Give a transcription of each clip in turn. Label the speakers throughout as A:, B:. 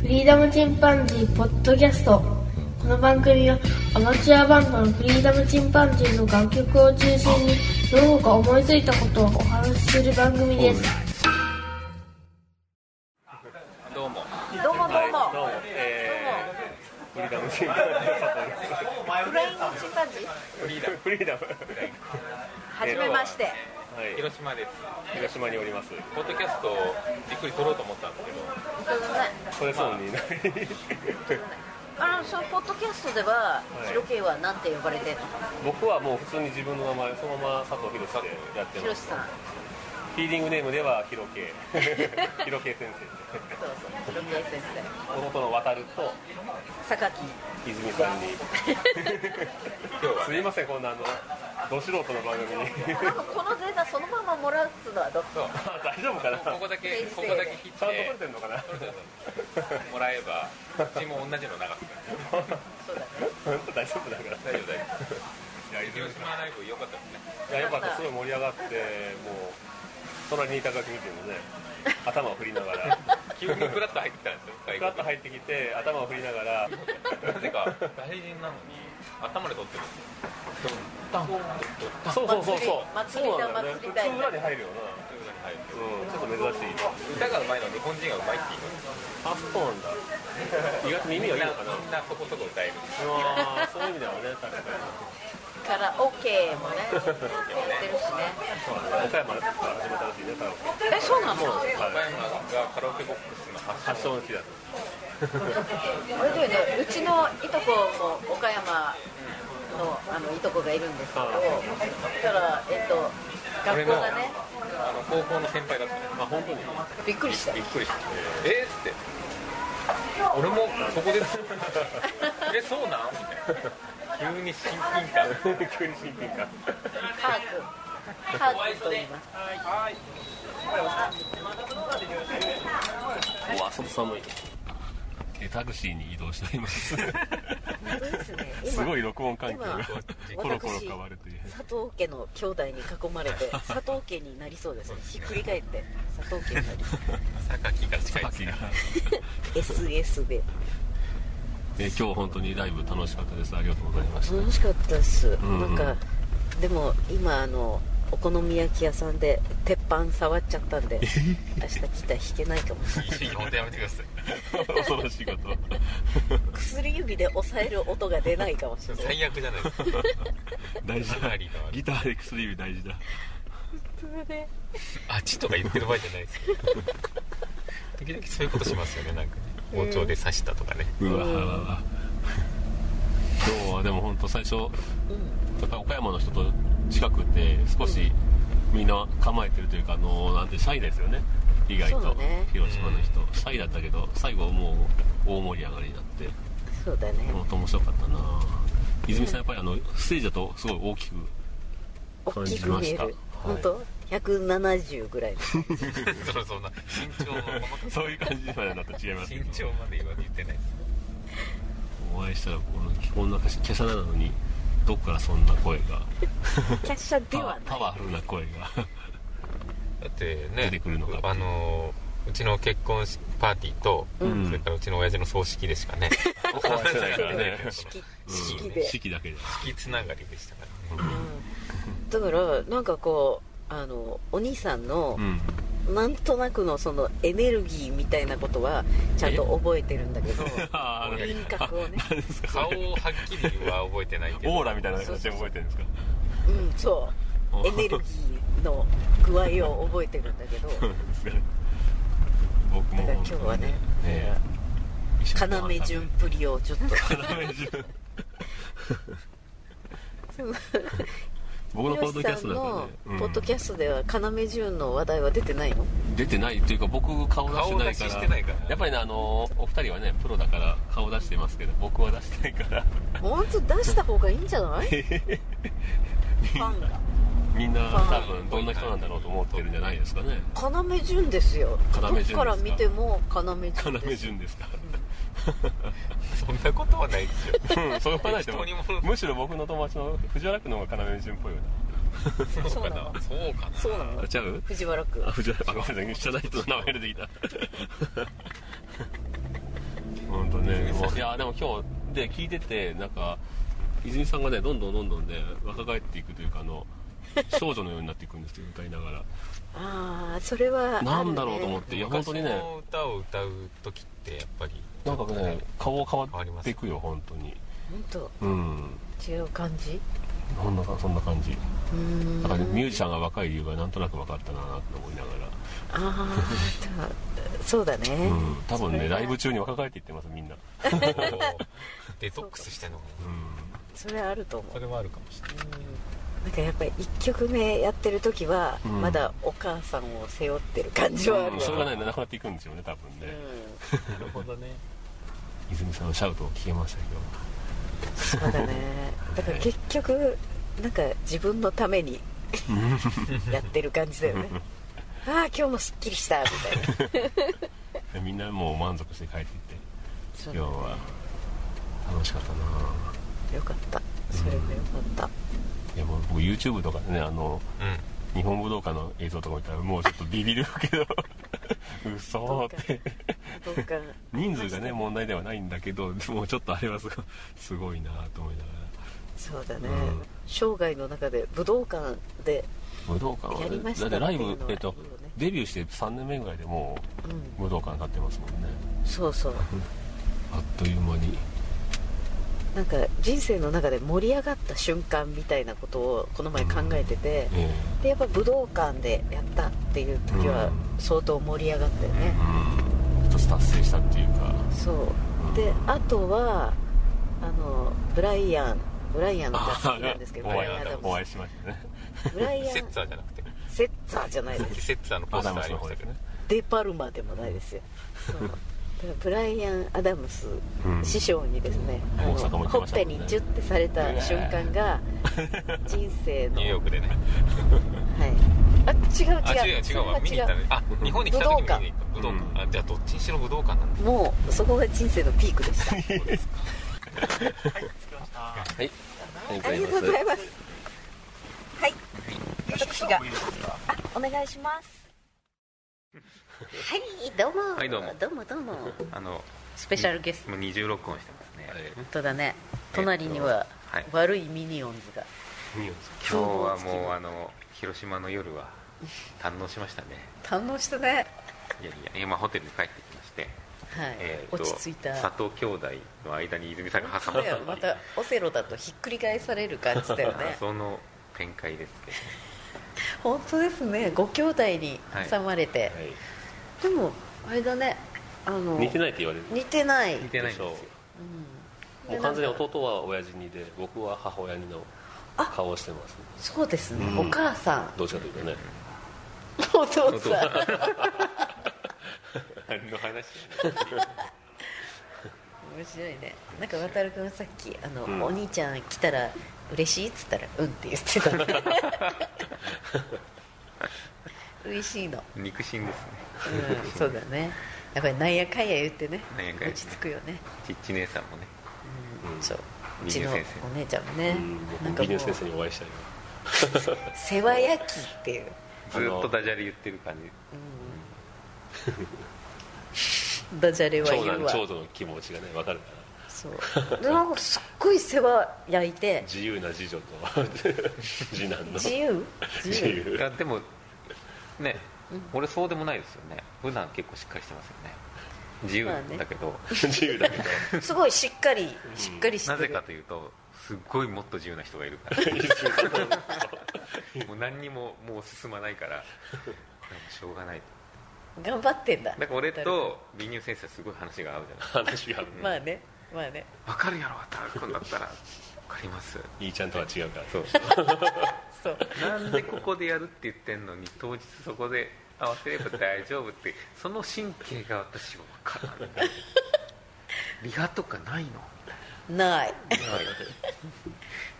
A: フリーダムチンパンジーポッドキャストこの番組はアマチュアバンドのフリーダムチンパンジーの楽曲を中心にどうか思いついたことをお話しする番組です
B: どうも。
C: どうもどうも、
B: どうも。えー、フリーダムチンパン
C: フライングチンパンジー
B: ジー。フリーダム。
C: はじめまして
B: はい。
D: 広島です
B: 広島におります。
D: ポッドキャストをじっくり撮ろうと思ったんですけど
C: 本当だね
B: それそうにない。
C: あのそのポッドキャストでは、
B: い
C: ヒロケイは何て呼ばれてるの
B: 僕はもう普通に自分の名前そのまま佐藤博士でやって
C: ヒロ
B: ま
C: シ
B: す。
C: さん
B: フィーリングネームではヒロケ イ。ヒロケイ先
C: そうそうヒロケイ先
B: 生。弟の渡ると
C: 生榊
B: 泉さんに。すいませんこんなあのど素人の番組
C: な
B: に。
C: んかこのデータそのままもらうっつうのはどう
D: そう
B: あ大丈夫かな。ちゃん
D: ここだけここだけ切って
B: と取れてんのかな。
D: もらえばうちも同じの流すから
C: そうだね
B: 大丈夫だから。
D: 大丈夫大丈夫いや広島ライブ良かったですね
B: いやよかった、すごい盛り上がって、もう、隣にいたガキ見てもね、頭を振りながら、
D: 急にフラッと入ってきたんですよ
B: ガッと入ってきて、頭を振りながら、
D: なぜか大人なのに頭で撮ってるんですよドンドンドンドン
B: そうそうそう、そう
C: 祭り
B: そうなんだよね、
C: 祭
B: 普
C: りだ祭りだよね
B: 通裏に入るよ
D: というふうに入って
B: な、うん、ちょっと珍しい、
D: 歌がうまいのは日本人がうまいっていう
B: あそうなんだ、 意外と耳がいいのかな、
D: みんなそこそこ歌える
B: うわーそういう意味ではね、確かに、
C: カラオケもねや ってるしね
B: そうだね、岡山から始めたらしいね、多分
C: えそうなのあ
D: 岡
B: はい、
D: 山がカラオケボックスの発祥
B: 発祥の 地だと、
C: れだよねうちのいとこも岡山のあのいとこがいるんですけど
B: あ
C: だからえっと学校がね
D: あの高校の先輩だったの
B: あ本当に、
C: びっくりした
D: びっくりしてえっ、って俺もそこです えそうなんみたいな急に親近感
B: 急に親近感、
C: カークカークと言います
B: うわ、外寒い。タクシーに移動してい ます。
C: 本当ですね今
B: すごい録音環境が
C: 今
B: コロコロ変わるという
C: 佐藤家の兄弟に囲まれて佐藤家になりそうですねひっくり返って佐藤家になり
D: 榊が近いです
B: 先が、
C: そう SS で
B: えー今日本当にライブ楽しかったですありがとうござい ました、
C: 楽しかったです、
B: んうん
C: なんかでも今あのお好み焼き屋さんで鉄板触っちゃったんで明日来たら弾けないかもしれない
D: いや本当やめてください
B: 恐ろしいこと
C: 薬指で押さえる音が出ないかもしれない
D: 最悪じゃないですか
B: 大事
D: か
B: だ
D: なりの
B: ギターで薬指大事だ
D: あっちとか言ってる場合じゃないですよ時々そういうことしますよねなんかね包丁で刺したとかね、
B: うわわわ今日はでも本当最初やっぱり岡山の人と近くて少しみんな構えてるというかあのなんてシャイですよね意外
C: そ
B: と、
C: うね
B: 広島の人シャイだったけど最後もう大盛り上がりになって
C: そうだね
B: 本当面白かったな泉さんやっぱりあのステージだとすごい大 きく
C: 大きく見え
B: 感
C: る
B: じました
C: 本当170ぐらいの
D: そろそろな身長も
B: そういう感じにはなと違いますけ
D: 身
B: ど
D: 長まで言わ言ってないです
B: お会いしたらこのこんな華奢なのにどっからそんな声が
C: キャッシャで
B: パ
C: は
B: ワ
C: ない
B: パワフルな声が
D: だってね
B: 出てくるのかっていう
D: あのーうちの結婚式パーティーと、
B: ん
D: それからうちの親父の葬式でしかね
B: お会いしてないか らね
C: 式
B: うん
C: 式で
B: 式だけで
D: 式つながりでしたからね
C: だからなんかこうあのお兄さんの
B: う、ん
C: なんとなくのそのエネルギーみたいなことはちゃんと覚えてるんだけ ど
B: あーあ
C: 輪郭をね
B: 何ですか
D: 顔をはっきりは覚えてないけど
B: オーラみたいな形で覚えてるんですか
C: うんそうエネルギーの具合を覚えてるんだけどだ
B: そ
C: か
B: うなんですかね僕も
C: ら今日はね
B: ね
C: 要潤プリをちょっと
B: 要潤僕のポッドキャストだと
C: の
B: ね
C: ポッドキ
B: ャ
C: ャストでは要潤の話題は出てないの
B: 出てないというか僕顔出してないか
D: 顔出
B: ら
D: ししてないから
B: やっぱりねあのお二人はねプロだから顔出してますけど僕は出してないから
C: 本当出した方がいいんじゃないファンが
B: みんな多分どんな人なんだろうと思ってるんじゃないですかね
C: 要潤ですよ
B: 要潤
C: ど
B: で
C: っ
B: すか
C: から見ても要潤です
B: 要潤ですか
D: そんなことはないですよ
B: うんそう考えても
D: 適当にも
B: むしろ僕の友達の藤原君の方が要潤っぽいよね
C: そうなの
D: そうかな
C: そうなの
B: あ違う
C: 藤原君
B: あ藤原あごめんなさい知らない人の名前出てきたねいやでも今日で聞いててなんか泉さんがねどんどんどんどんね若返っていくというかあの少女のようになっていくんですよ歌いながら
C: ああそれはあるね
B: なんだろうと思っていや本当にね
D: 昔の歌を歌う時ってやっぱり
B: なんかね顔変わっていくよ本当に
C: 本当
B: うん
C: 違う感じ
B: そんなそんな感じ
C: うーん
B: だからねミュージシャンが若い理由がなんとなく分かったなと思いなが
C: ああそうだね、
B: ら、うん、多分
C: そ
B: ね
C: れは
B: ライブ中に若返っていってますみんな、
D: こうデトックスしたのも
B: う
C: それはあると思う
D: それはあるかもしれない
C: うんなんかやっぱり1曲目やってる時は
B: うん
C: まだお母さんを背負ってる感じはあ
B: ん
C: る
B: うん、
C: わ
B: それがねなくなっていくんですよね多分ね、
C: う
D: なるほどね
B: 泉さんのシャウトを聞けましたけど
C: んそうだねだから結局なんか自分のためにやってる感じだよねああ今日もすっきりしたみたいな
B: でみんなもう満足して帰っていって
C: そう
B: 今日は楽しかったな
C: よかったそれがよかっ
B: いやもう僕 YouTube とかでねあの
D: う
B: 日本武道館の映像とか見たらもうちょっとビビるけ ど嘘って
C: たどうか
B: 人数がね問題ではないんだけどでもちょっとあれはすごいすごいなと思いなが
C: そうだね、
B: うん
C: 生涯の中で武道館で
B: ら武道館は
C: やりま
B: ね
C: した
B: だってライブ
C: っていうのはいいよね
B: えっとデビューして3年目ぐらいでも
C: うん
B: う武道館立ってますもんね
C: そうそう
B: あっという間に
C: なんか人生の中で盛り上がった瞬間みたいなことをこの前考えてて、
B: え
C: でやっぱ武道館でやったっていう時は
B: う
C: 相当盛り上がったよ
B: え
C: ね、
B: うん一つ達成したっていうか
C: そうであとはあのブライアンブライアンの歌好きなんですけど
B: お
C: ブライ
B: 会
C: アン・ア
B: い
C: ダ
B: お会
C: ム
B: いしましたね
C: スブライ
D: ん
C: アン
D: セッツァーじゃなくて
C: セッツァーじゃないです
D: セッツァーのポスターありましたけどね
C: デパルマでもないですよそうだからブライアン・アダムス
B: うん
C: 師匠にですね、
B: うん
C: あの
B: 大阪も行って
C: ほ
B: ま
C: っ
B: した
C: ぺ
B: もんね
C: にチュッてされた瞬間が人生の
D: ニューヨークでね
C: はい、あ違
D: あ
C: う違
D: 違
C: う
D: う違
C: そうれは
D: わ見に行ったねあ日本に来た時見に行った
B: 武
D: 武
B: 道
D: 道
B: 館
D: 館あじゃあどっちにしろ武道館なんだ
C: もうそこが人生のピークでした
B: はいあり
C: ありがとうございますはい私があお願いしますはいどうも、
D: はいどうも
C: どうもどうも
D: あの
C: スペシャルゲスト
D: もう二重録音してますね
C: 本当だね隣には
D: はい
C: 悪いミニオンズが
D: 今日はもうあの広島の夜は堪能しましたね
C: 堪能したね
D: いやいや今ホテルに帰ってきまして、
C: はい、
D: えーと
C: 落ち着いた
D: 佐藤兄弟の間に泉さんが挟
C: そ
D: まっ
C: うだよまたオセロだとひっくり返される感じだよね
D: その展開ですけ
C: 本当ですねご兄弟に挟まれて、でもあれだねあの
B: 似て
C: い
B: ないって言われる
C: 似てない、
D: ど似てないんですよ
C: うん
B: もう
C: で
B: 完全
C: な
B: に
C: んか
B: 弟は親父にで僕は母親にの顔をしてます
C: そうですね、
B: うん
C: お母さ ん
B: どっちかというとね
C: お父さん
D: 何の話
C: 面白いねなんか渡る君さっきあの、
B: うん
C: お兄ちゃん来たら嬉しいっつったら「うん」って言 ってたね嬉しい の
D: 肉親ですね
C: うんそうだねやっぱりなんやかんや言ってね
D: なんやかんや
C: 落ち着くよね、
D: ちっち姉さんもね
C: うん
B: うん
C: そうう
D: 二
C: ち
D: 流
C: の
D: 先
C: お姉ちゃんもね
B: うん
C: なん
B: 僕
C: か
B: ビジ
C: も
B: ネ
C: う
B: ス先生にお会いしたい
C: 世話焼きっていう、
D: ずっとダジャレ言ってる感じ
C: うん、ダジャレ
B: な
C: は
B: 長
C: 言う
B: 男
C: わ
B: 長女の気持ちがね分かるか
C: そうでなんかすっごい世話焼いて
B: ら自由な次女と 次男の
C: 自由
B: 自
D: い
B: 由
D: やでもね、俺そうでもないですよね普段結構しっかりしてますよね自由
C: まあね
D: だけど、
B: 自由だけど
C: すごいしっかりしっかりして
D: な
C: る
D: ぜかというとすっごいもっと自由な人がいるから もう何にももう進まないからでもしょうがないと
C: 頑張ってんだ
D: だから俺と美乳先生はすごい話が合うじゃない
B: 話が合う
C: まあねまあね
D: 分かるやろ渡君だったら分かります
B: いいちゃんとは違うから
D: そう
C: そう
D: なんでここでやるって言ってんのに当日そこで合わせれば大丈夫ってその神経が私は分からないリハとかないの
C: ない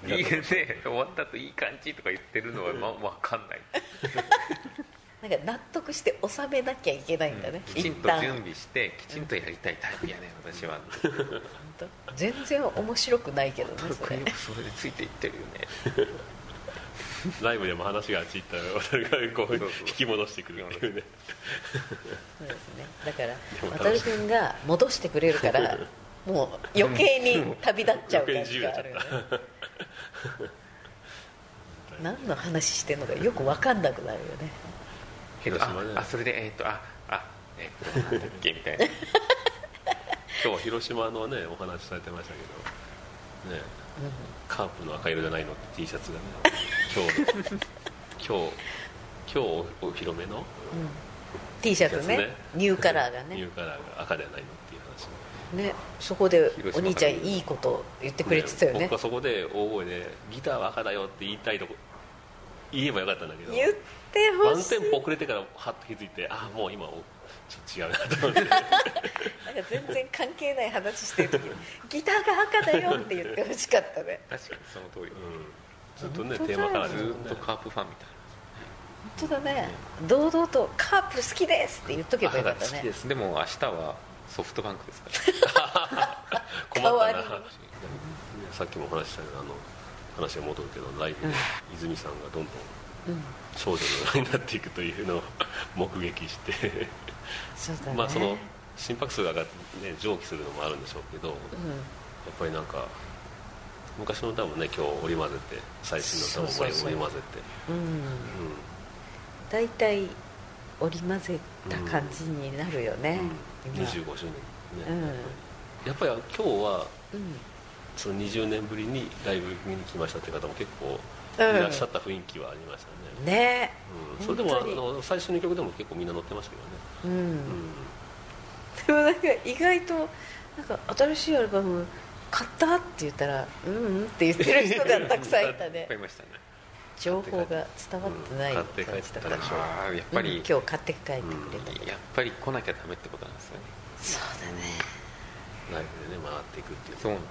D: リハで終わった後いい感じとか言ってるのは、ま、分かんない
C: なんか納得して収めなきゃいけないんだね、
D: きちんと
C: 一旦
D: 準備してきちんとやりたいタイプやね私は
C: ほんと全然面白くないけどねそ
D: 特
C: れ
D: によくそれでついていってるよね
B: ライブでも話があっち行ったら俺がこう
D: そうそう
B: 引き戻してくるっ ていうね
C: そうですねだから
B: も楽しい
C: 渡る君が戻してくれるからもう余計に旅立っちゃう感
B: 余計に自
C: じ
B: 由
C: が
B: にな
C: あ
B: っちゃ
C: る
B: っ
C: よね何の話してんのかよく分かんなくなるよね
D: えっと、
B: 広島ね
D: ああそれでえっとああえっとなんだっけみたい な
B: 今日は広島のねお話されてましたけどねカープの赤色じゃないのって T シャツがね今日の今日今日お披露目の
C: T シャツね
B: シャツね
C: ニューカラーが
B: ニュ
C: ね
B: ーカラーが赤じゃないのっていう話
C: ねそこで
D: 広島
C: お兄ちゃんいいこと言ってくれてたよね
B: 僕はそこで大声でギターは赤だよって言いたいとこ言えばよかったんだけど
C: 言ってほ
B: ワン
C: しい
B: テンポ遅れてからハッと気づいてああもう今おちょっと違う なと思って
C: なんか全然関係ない話してる時にギターが赤だよって言ってほしかったね
D: 確かにその通り、
B: ずっとね
C: 本当
B: テーマカラー
C: う
B: で
D: ず
B: す
D: ーっとカープファンみたい
C: 本当だね堂々と「カープ好きです」って言っとけばよか
D: な
C: っ
D: 好
C: た
D: き
C: ね
D: ですでも明日はソフトバンクですから
B: 困ったな
C: 代わり
B: さっきもお話ししたようなあの話が戻るけどライブで泉さんがどんどん
C: うん
B: 少女のようになっていくというのを目撃して
C: そうだね
B: まあその心拍数が上がって、ね、上気するのもあるんでしょうけどやっ
C: うん
B: ぱりなんか昔の歌もね今日織り交ぜて最新の歌も織り
C: そうそうそう
B: 織り交ぜ
C: う
B: て
C: ん
B: うん
C: 大体織り交ぜた感じになるよね、
B: うん
C: 今
B: 25周年
C: う
B: ね
C: ん
B: やっぱり今日は
C: うん
B: その20年ぶりにライブ見に来ましたって方も結構
C: うん
B: いらっしゃった雰囲気はありましたね、
C: ね
B: うん、それでもあ
C: 本当に
B: の最初の曲でも結構みんな乗ってましたけどね、
C: うん、
B: う
C: でもなんか意外となんか新しいアルバム買ったって言ったら「うんうん」って言ってる人がたくさんいた
D: いっ
C: ね
D: ぱいいましたね
C: 情報が伝わってない感
B: 買って帰っ
C: じだか
B: た
C: ら、
B: でしょ
D: ああやっぱ
C: うん
D: り、
C: 今日買って帰ってくれたけど、
D: やっぱり来なきゃダメってことなんですよね
C: そうだね
B: んライブでね回っていくっていう
D: そうなの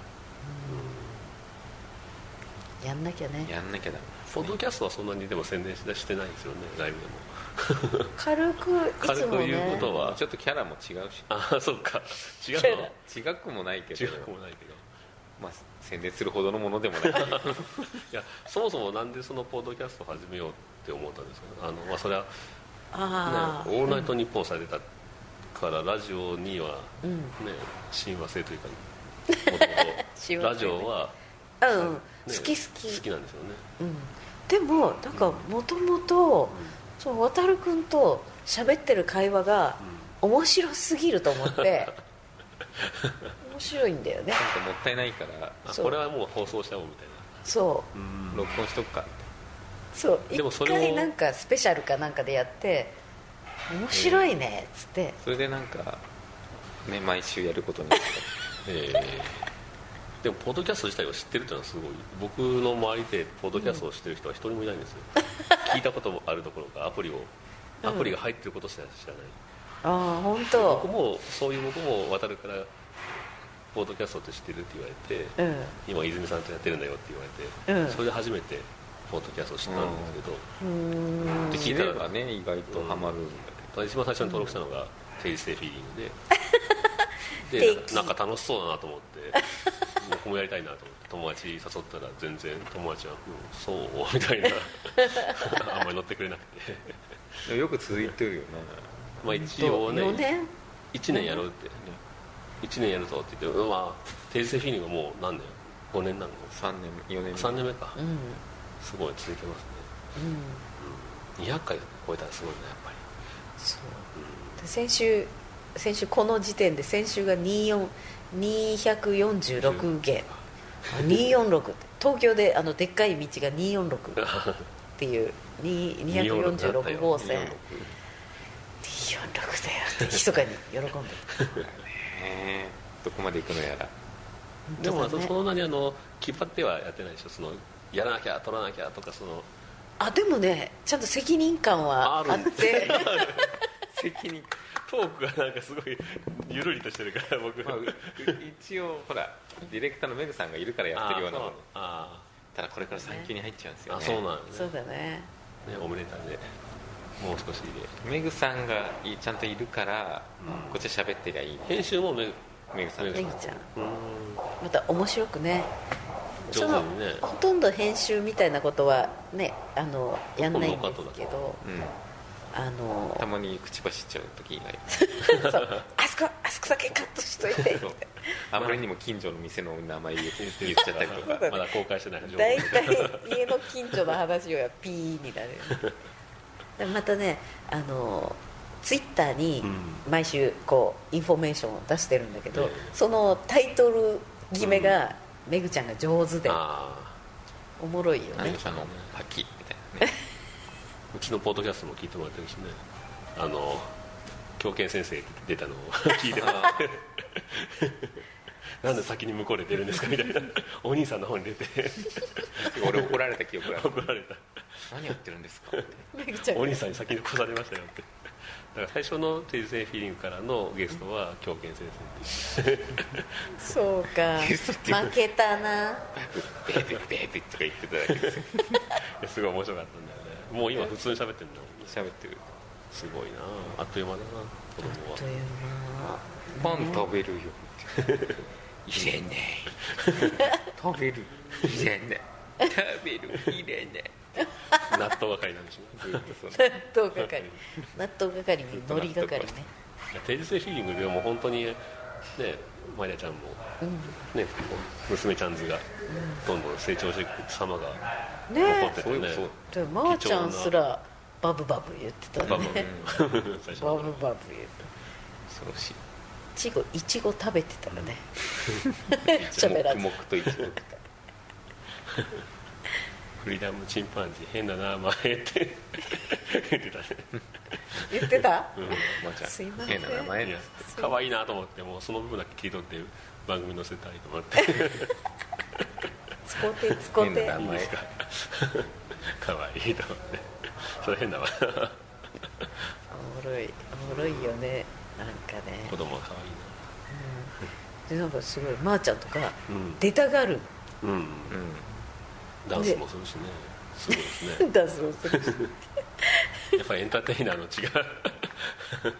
C: やんなきゃね
D: やんなきゃダメなんです
B: ポ
D: ね
B: ッドキャストはそんなにでも宣伝ししてないんですよねライブでも
C: 軽くいつ
B: 軽
C: も
B: く言う
C: ね
B: ことは
D: ちょっとキャラも違うし
B: ああそうか違う
C: キャラ
D: 違くもないけ
B: の違
D: ど
B: うかもないけど
D: まあ宣伝するほどのものでもないけど
B: いやそもそもなんでそのポッドキャストを始めようって思ったんですかあの、まあ、それは、ね
C: あ
B: 「
C: あ、
B: オールナイトニッポン」されてたからラジオには
C: うん
B: ね親和性とい うかもと
C: 親
B: もと
C: 和性ね
B: ラジオは、
C: うん、
B: ね
C: 好き好き
B: 好きなんですよね
C: うん、でもなんかもともとその渡君と喋ってる会話が面白すぎると思って 面白いんだよね
D: なんかもったいないから
B: あ
C: そう
B: これはもう放送したもんみたい
C: そ
B: な
D: 録音しとくか
C: うそう
B: でも
C: 一
B: それを
C: 回なんかスペシャルかなんかでやって面白いねっつって、
D: それでなんかね毎週やることになっ
B: ええでもポッドキャスト自体を知ってるっていうのはすごい僕の周りでポッドキャストを知ってる人は一人もいない んですよ、聞いたこともあるところかアプリをアプリが入ってることしか知らない、
C: ああ本
B: 僕
C: 当
B: もそういう僕も渡るからポッドキャストって知ってるって言われて、
C: うん
B: 今泉さんとやってるんだよって言われて、
C: うん
B: それで初めてポッドキャストを知ったんですけど、
C: うーん
B: で
D: て
B: 聞
D: 知
B: いた
D: れ
B: ら
D: ばね意外とハマるんだ
B: 一番最初に登録したのが「定時制フィーリングで」
C: 定
B: で
C: 期
B: なんか楽しそうだなと思って僕もやりたいなと思って友達誘ったら全然友達は「うんそう」み たいなあんまり乗ってくれなくて
D: けどよく続いてるよね
B: まあ一応ね
C: 4年
B: 1年やろうって1年やるぞって言ってうんまあ定時制フィーリングはもう何年5年なの
D: 3年4年
B: 3年目か
C: うんうん
B: すごい続けますね200回超えたらすごいなやっぱり
C: そうで先週先週この時点で先週が24 246件あ246って東京であのでっかい道が246って いうに246号線246
B: 246
C: だよって密かに喜んでる
D: ねどこまで行くのやら
B: でも
C: 本当だね
B: そんなにあの気張ってはやってないでしょそのやらなきゃ取らなきゃとかその
C: あでもねちゃんと責任感はあ
B: ある
C: って
D: 責任
B: トークがなんかすごいゆるりとしてるから僕
D: まあう一応ほらディレクターのメグさんがいるからやってるようなもの
B: あ
D: ただこれから産休に入っちゃうんです
B: ー
D: よ
B: あ
D: ね
B: そうなんです
C: そ
B: ね
C: うだね
B: ねオムレーターでもう少しで
D: メグさんがいちゃんといるから、
B: うん
D: こっちは喋ってりゃいい
B: 編集もめう
D: メグさん
B: メ
C: め
B: グ
C: ぐ
D: が
C: ちゃん
B: ーん
C: また面白くね
B: 上手にね
C: そのほとんど編集みたいなことはねあのやんないんですけど
D: うん
C: あの
D: たまに口走っちゃう時以外
C: そうあそこあそこだけカットしといてって
D: そうあまりにも近所の店の名前言って言っちゃったりと
C: そう
D: か
C: だね
B: まだ公開してない情報
C: 大体家の近所の話はピーになるでまたねあのツイッターに
B: うん
C: 毎週こうインフォメーションを出してるんだけど、
B: ええ
C: そのタイトル決めが、めぐちゃんが上手で
D: あ
C: おもろいよ
D: あ
C: ね
D: 何かのパキみたいなね
B: うちのポッドキャストも聞いてもらってるしねあの狂犬先生出たのを 聞いてもらって なんで先に向こうで出るんですかみたいなお兄さんの方に出て
D: 俺怒られた記憶がある
B: 怒られた
D: 何やってるんですかって
C: めぐちゃん
B: お
C: が
B: 兄さんに先に越されましたよってだから最初の「テイズ・エフィーリング」からのゲストは狂犬先
C: そうか負けたな
D: ベーベーベーベーとか言ってただけですよ
B: 生すごい面白かったんだよねもう今普通に喋ってるんだもん
D: 喋ってる
B: すごいなああっという間だな子供は
C: というな
D: パン食べるよって入れ ねえ食べる入れねえ食べる入れね
B: 納豆係なんでしょ
D: えずっとその
C: 納豆係納豆係に海苔係ね
B: いや定時制フィーリングでも本当にねマリアちゃんも、ね娘ちゃんズがどんどん成長していく様が
C: ね
B: 残って
C: え
B: て
D: そう
B: ね、
D: いえばそう
C: でもまーちゃんすらバブバブ言ってたね
B: バブバブ最初
C: バ
B: の
C: ブバブ言って
D: 恐ろしい
C: たちごいちご食べてたらね喋らず
D: 黙々と一応
B: フリーダムチンパンジー変だな前って言ってたね
C: 言ってた
D: まあじゃあ
C: すいません
D: 変な名前
B: い
D: で
B: や
D: す
B: 可愛いなと思ってもうその部分だけ切り取って番組載せたいと思って
C: つこてつこ
D: 変な
C: て
D: 名
B: いい
D: 前
B: ですか 可愛いと思ってそれ変だわ
C: おもろいおもろいよねなんか
B: 子
C: ね
B: 供は可
C: でなんかすごいまーちゃんとか
B: うん
C: 出たがる
B: 愛いなうん
D: うん
B: ダンスもするしねすごいですね
C: んだそうするし
B: やっぱりエンターテイナーの血が 流れてますね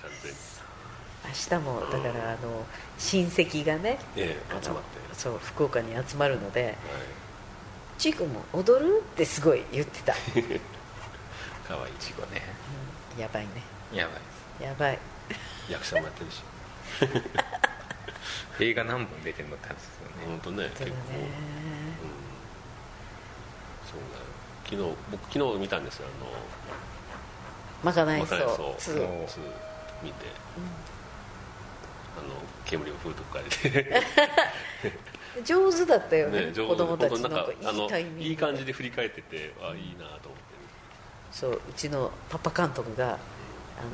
B: 完全に、
C: 明日もだからあの親戚がね
B: え
C: あの
B: え、集まって、
C: そう福岡に集まるので
B: は
C: 「ちいくんも踊る?」ってすごい言ってた、
D: 可愛いちごね
C: うんやばいね
D: やば
C: やばい
B: い、役者もやってるし
D: い映画何本出てんのって話ですよね
B: 本当ね
C: そう
B: 結構、
C: だね
B: うん、そうなの昨日僕昨日見たんですよ
C: まか
B: あ
C: な
B: の
C: い
B: か
C: そう
B: そ
C: そうう、うん
D: もう
B: ツー見てあの煙を振るとこからで
C: 上手だったよね
B: ね
C: 子供たちの
B: 本当
C: い
B: なんか
C: いタイミン
B: あの
C: グ
B: いい感じで振り返っててあいいなと思ってね
C: そううちのパパ監督があ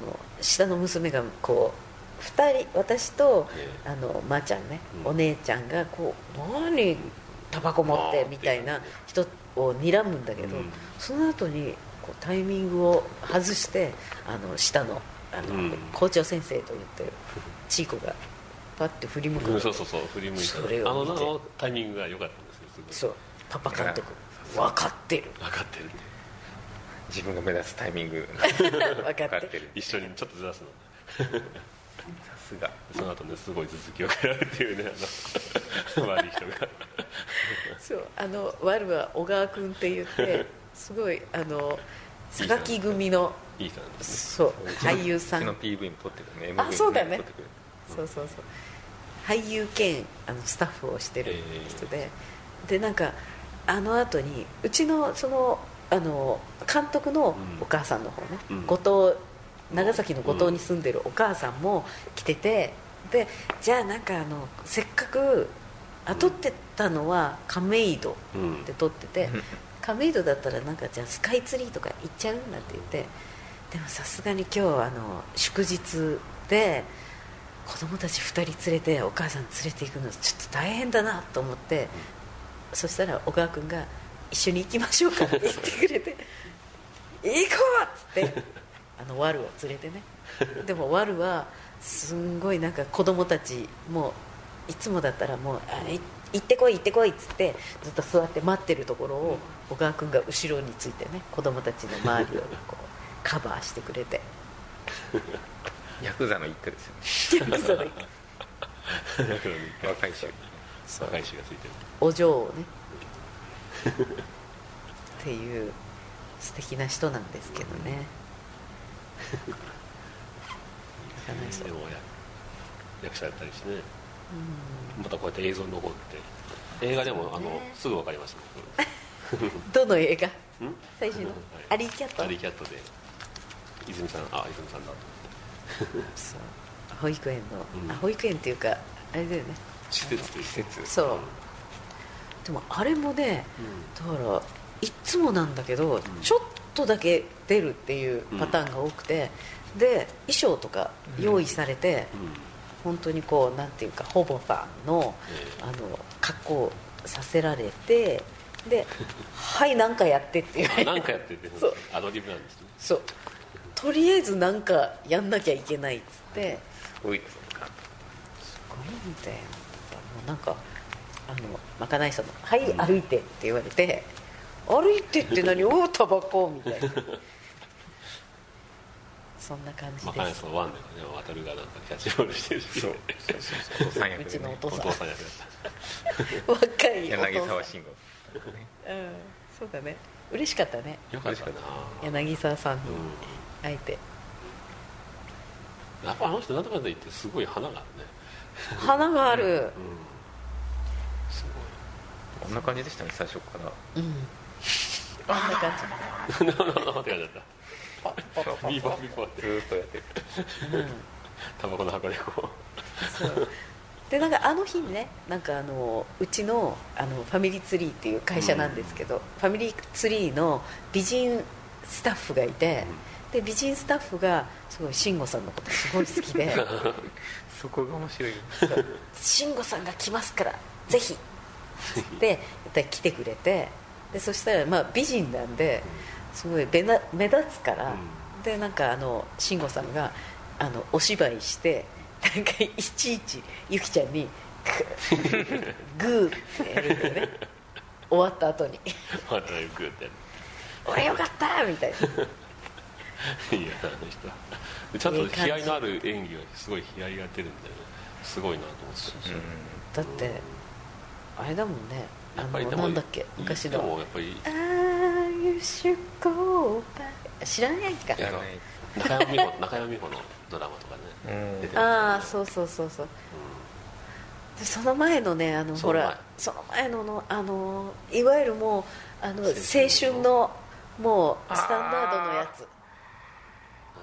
C: の下の娘がこう2人私と
B: え
C: あのまー、ちゃんね、
B: うん
C: お姉ちゃんがこう何タバコ持っ
B: あ
C: て
B: ー
C: みたいな人を睨むんだけど、
B: うん
C: その後にこうタイミングを外してあの下のあの、
B: うん
C: 校長先生と言ってるちいこがパッて振り向く
B: う
C: の
B: んそうそうそう振り向い
C: それ
B: たあの
C: を
B: あ
C: 見て
B: のタイミングが良かったんですよすごい
C: そうパパ監督分かっ てる
B: 分かってるね
D: 自分が目指すタイミング
C: 分かって
D: 分かっ
C: る
D: てる
B: 一緒にちょっとずらすの
D: さすが
B: その後ねすごい続きを食らうっていうねあの悪い人が
C: そうあのワルは小川君って言ってすごいあの榊組の
B: いい感じです
C: そう俳優さん
D: うちの
C: そ
D: PV も撮ってくるね MV
C: あそうだね
D: も撮ってくる
C: うそうそう俳優兼あのスタッフをしてる人で、でなんかあの後にうちのそのあの監督の
B: うん
C: お母さんの方ね、
B: うん
C: 後藤長崎の五島に住んでるお母さんも来てて、でじゃあなんかあのせっかくあ撮ってたのは亀戸
B: うん
C: って撮ってて、亀戸だったらなんかじゃあスカイツリーとか行っちゃうなんて言ってでもさすがに今日はあの祝日で子供たち2人連れてお母さん連れて行くのちょっと大変だなと思って、そしたら小川君が「一緒に行きましょうか」って言ってくれて 「行こう!」っつってあのワルを連れてねでもワルはすんごいなんか子供たちもういつもだったらもうあい「行ってこい行ってこい」っつってずっと座って待ってるところを小川君が後ろについてね子供たちの周りをこうカバーしてくれ て
D: ヤクザの一家ですよね
C: その
B: だからね
D: 若い衆
B: 若い衆がついてる
C: お嬢をねっていう素敵な人なんですけど ね
B: でもや役者やったりしてね、またこうやって映像に残って映画でもあのすぐ分かりましたね
C: どの映画
B: うん
C: 最新の
B: はい
C: アリーキャット
B: アリーキャットで泉さんあ泉さんだと思って
C: そう保育園の、
B: うん
C: あ保育園っていうかあれだよね
B: 施設という施設
C: そうでもあれもねだからいっつもなんだけど、ちょっとだけ出るっていうパターンが多くて、で衣装とか用意されて、
B: うん、うん
C: 本当にこうなんていうかほぼさんの
B: え
C: あの格好をさせられて で「はいなんかやって」っていう
B: えあなんかやってて
C: そう
B: アドリブなんですね
C: そうとりあえずなんかやんなきゃいけないっつって
D: 多いですか
C: すごいんだよもうなんかあのまかないさんの「はい歩いて」って言われて「歩いてって何 おおタバコ」みたいなそんな感じ
B: まあ、
C: で
B: 金
C: す
B: のワンでね渡るがなんかキャッチボールしてるしそう
D: お父さん役
C: う
D: で、
C: ちのお
D: ね、
B: お
C: 父さん
B: 父さん役だった
C: 若いお父
D: 柳
C: さん
D: 沢慎吾
C: うんそうだね嬉しかったね
B: よかったな
C: 柳沢さんに
B: う
C: 会えて
B: んやっぱあの人なんとかで言ってすごい花があるね
C: 花がある
B: うんす
D: こんな感じでしたね最初から
C: うんこんな感じ
B: ごい なななって感じだ ったビーバービーバーっ
D: ず
B: て
D: ーっとやってる
B: タバコの箱でこ
C: そうでなんかあの日にねなんかあのうちのあのファミリーツリーっていう会社なんですけど、ファミリーツリーの美人スタッフがいて、で美人スタッフがすごい慎吾さんのことすごい好き で
D: そこが面白い
C: 慎吾さんが来ますからぜ ひっつってやっぱり来てくれてでそしたらまあ美人なんで
B: う
C: すごい目な目立つから、
B: う
C: でなんかあの慎吾さんがあのお芝居してなんかいちいちゆきちゃ んにグーグーってやるんだよね終わった 後に
B: うまた行くってや
C: 「俺よかった!」みたいな
B: るいやあの人でちゃんと気合いのある演技はすごい気合いが出るんだよねすごいなと思って
C: だってあれだもんねあ
B: やっぱり
C: の
B: でも
C: なんだっけ昔
B: でも
C: の
B: やっぱり
C: 「ああ you should go back」知らないか
B: いや中山美穂中山美穂のドラマとかね
D: うん
B: 出て
C: ああ
B: ますよ
C: そうそうそうそう
B: ね
C: でその前のねあの
B: そ
C: ほ
B: の前
C: らその前ののあのいわゆるもうあの青
B: 青春の
C: 春のもうスタンダードのやつ
B: うん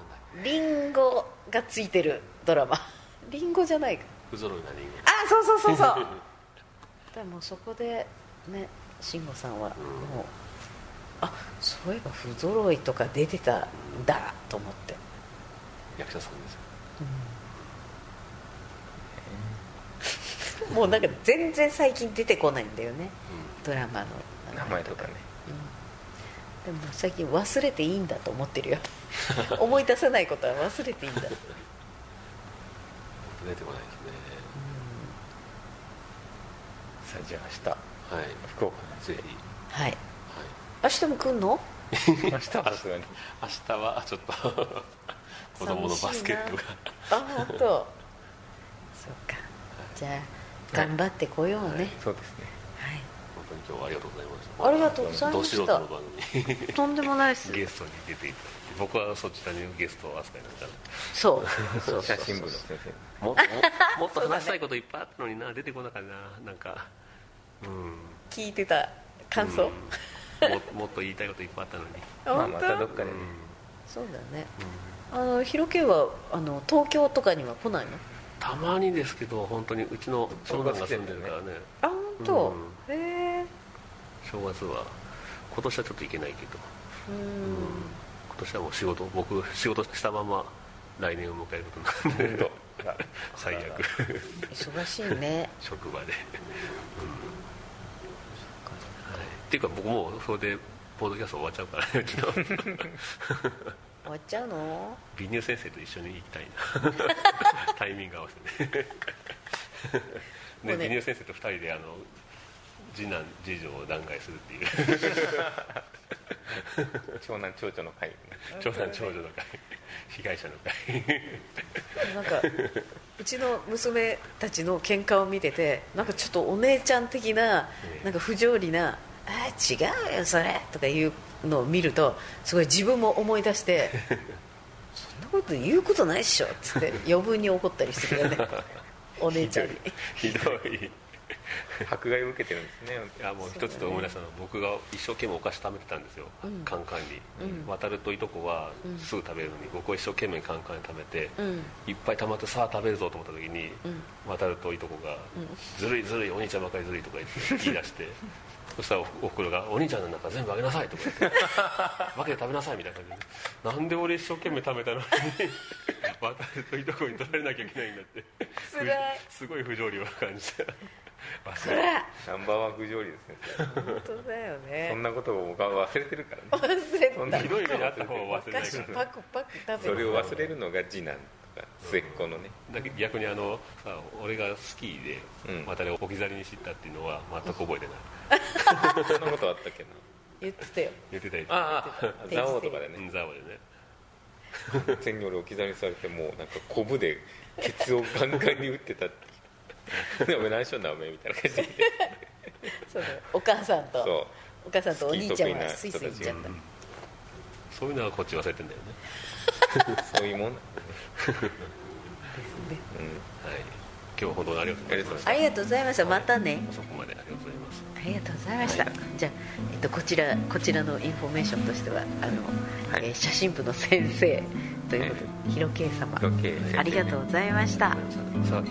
B: なんだっ
C: リンゴがついてるドラマ リンゴじゃないか
B: け不揃いな人間
C: あそうそうそう そうでもそこでね慎吾さんはもうあそういえば不揃いとか出てたんだと思って、
B: 役者さんですよ
C: もうなんか全然最近出てこないんだよねドラマの
D: 名前とかね
C: でも最近忘れていいんだと思って るよ思い出せないことは忘れていいんだ
B: うん出てこないですね
D: さあじゃあ
B: はい
D: 明日福岡
B: ぜひ
C: はい
B: はい
C: 明日も来んの
D: 明日はさすがに
B: 明日はちょっ と子供のバスケットが
C: あ本当。そうかじゃあ頑張ってこようね、はい
D: そうですね
B: 本当に今日はありがとうございました
C: ありがとうございまし
B: ど素人
C: た
B: の番
C: とんでもないです
B: 組ゲストに出ていただいて僕はそちらにゲストを扱いになったの
C: そうそうそ
D: 写
C: う
D: 真部の先生
B: もっともっと話したいこといっぱいあったのにな出てこなかったななんかうん
C: 聞いてた感想、
B: うんも もっと言いたいこといっぱいあったのに
C: あ
D: まあ
C: 本
D: ま
C: 当、
D: たどっかでね
C: そうだねあのヒロケはあの東京とかには来ないの
B: たまにですけど本当にうちの長男が住んでるからね
C: あ本当。へえ
B: 正月は今年はちょっと行けないけど
C: うん
B: 今年はもう仕事僕仕事したまま来年を迎えることになるんで
D: ほら
B: 最悪
C: 忙しいね
B: 職場で、はい、っていうか僕もうそれでポードキャスト終わっちゃうからねうちの
C: 終わっちゃうの
B: 美乳先生と一緒に行きたい なタイミング合わせてね
C: もうね
B: ね美乳先生と2人であの次男次女を弾劾する っていう
D: 長男長女の会
B: 長男長女の会被害者の 会
C: なんかうちの娘たちの喧嘩を見ててなんかちょっとお姉ちゃん的な
B: え
C: なんか不条理な「あー違うよそれ」とかいうのを見るとすごい自分も思い 出して「そんなこと言うことないっしょ」っつって余分に怒ったりするよねお姉ちゃんに
B: ひどい
D: 迫害を受けてるんですね
B: いやもう一つと思い出したのは僕が一生懸命お菓子食べてたんですよ、カンカンに、
C: うん
B: 渡るといとこはすぐ食べるのに、僕は一生懸命カンカンに食べて、
C: うん
B: いっぱい溜まってさあ食べるぞと思った時に、
C: ん
B: 渡るといとこが、ずるいずるいお兄ちゃんばかりずるい」とか 言って言い出してそしたらおおふくろが「お兄ちゃんの中全部あげなさい」とか 言って「分けて食べなさい」みたいな感じでなんで俺一生懸命食べたのに 渡るといとこに取られなきゃいけないんだって
C: つらい
B: すごい不条理を感じ た
C: そら
D: ナンバーワン不条理ですね
C: 本当だよ
D: そ
C: ね
D: んなことを僕は忘れてるからね
C: 忘れ
D: そん
C: た
D: な
B: ひどい目にあった方を
C: お
B: 忘れな
C: 菓
B: い
C: 子
B: か
C: パ
B: ら
C: クパク食べて
D: それを忘れるのが次男とか末っ子のね
B: だけど逆にあのさ俺がスキーで
D: うん
B: またね置き去りに知ったっていうのは全く覚えてない
D: そんなことあったっけな
C: 言ってたよ
B: 言ってたよ
D: あ あ蔵王とかで
B: う
D: ね
B: んざわでね
D: 完全に俺置き去りにされてもうなんかコブでケツをガンガンに打ってたってでお前何しよんだお前みたいな感じで
C: そのお母さん と
D: そ
C: お母さんとお兄ちゃんはス
D: ス
C: イ
D: キー
C: ス
D: 得意
C: イ行
D: な人たちが
C: っちゃった
B: そういうのはこっち忘れてんだよね
D: うそういうもん
C: で
B: はい今日は本当にありがとうございまし
C: ありがとうございましたまたね
B: たそこまでありがとうございます
C: ありがとうございました。じゃあ、えっと、こちら、こちらのインフォメーションとしては、あの、
D: はい
C: えー写真部の先生。ということで、ひろけい様。
D: ロケ
C: ありがとうございました。
B: さあさあでし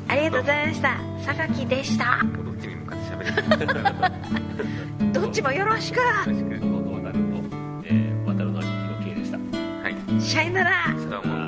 B: た
C: ありがとうございました。榊でした。
D: うどっちに向かって喋るか
C: どっちもよろし
D: し
C: く。
D: く
B: どうも渡るのえー渡るの兄貴の K でした
D: はい
C: シャイなら。
D: それはもう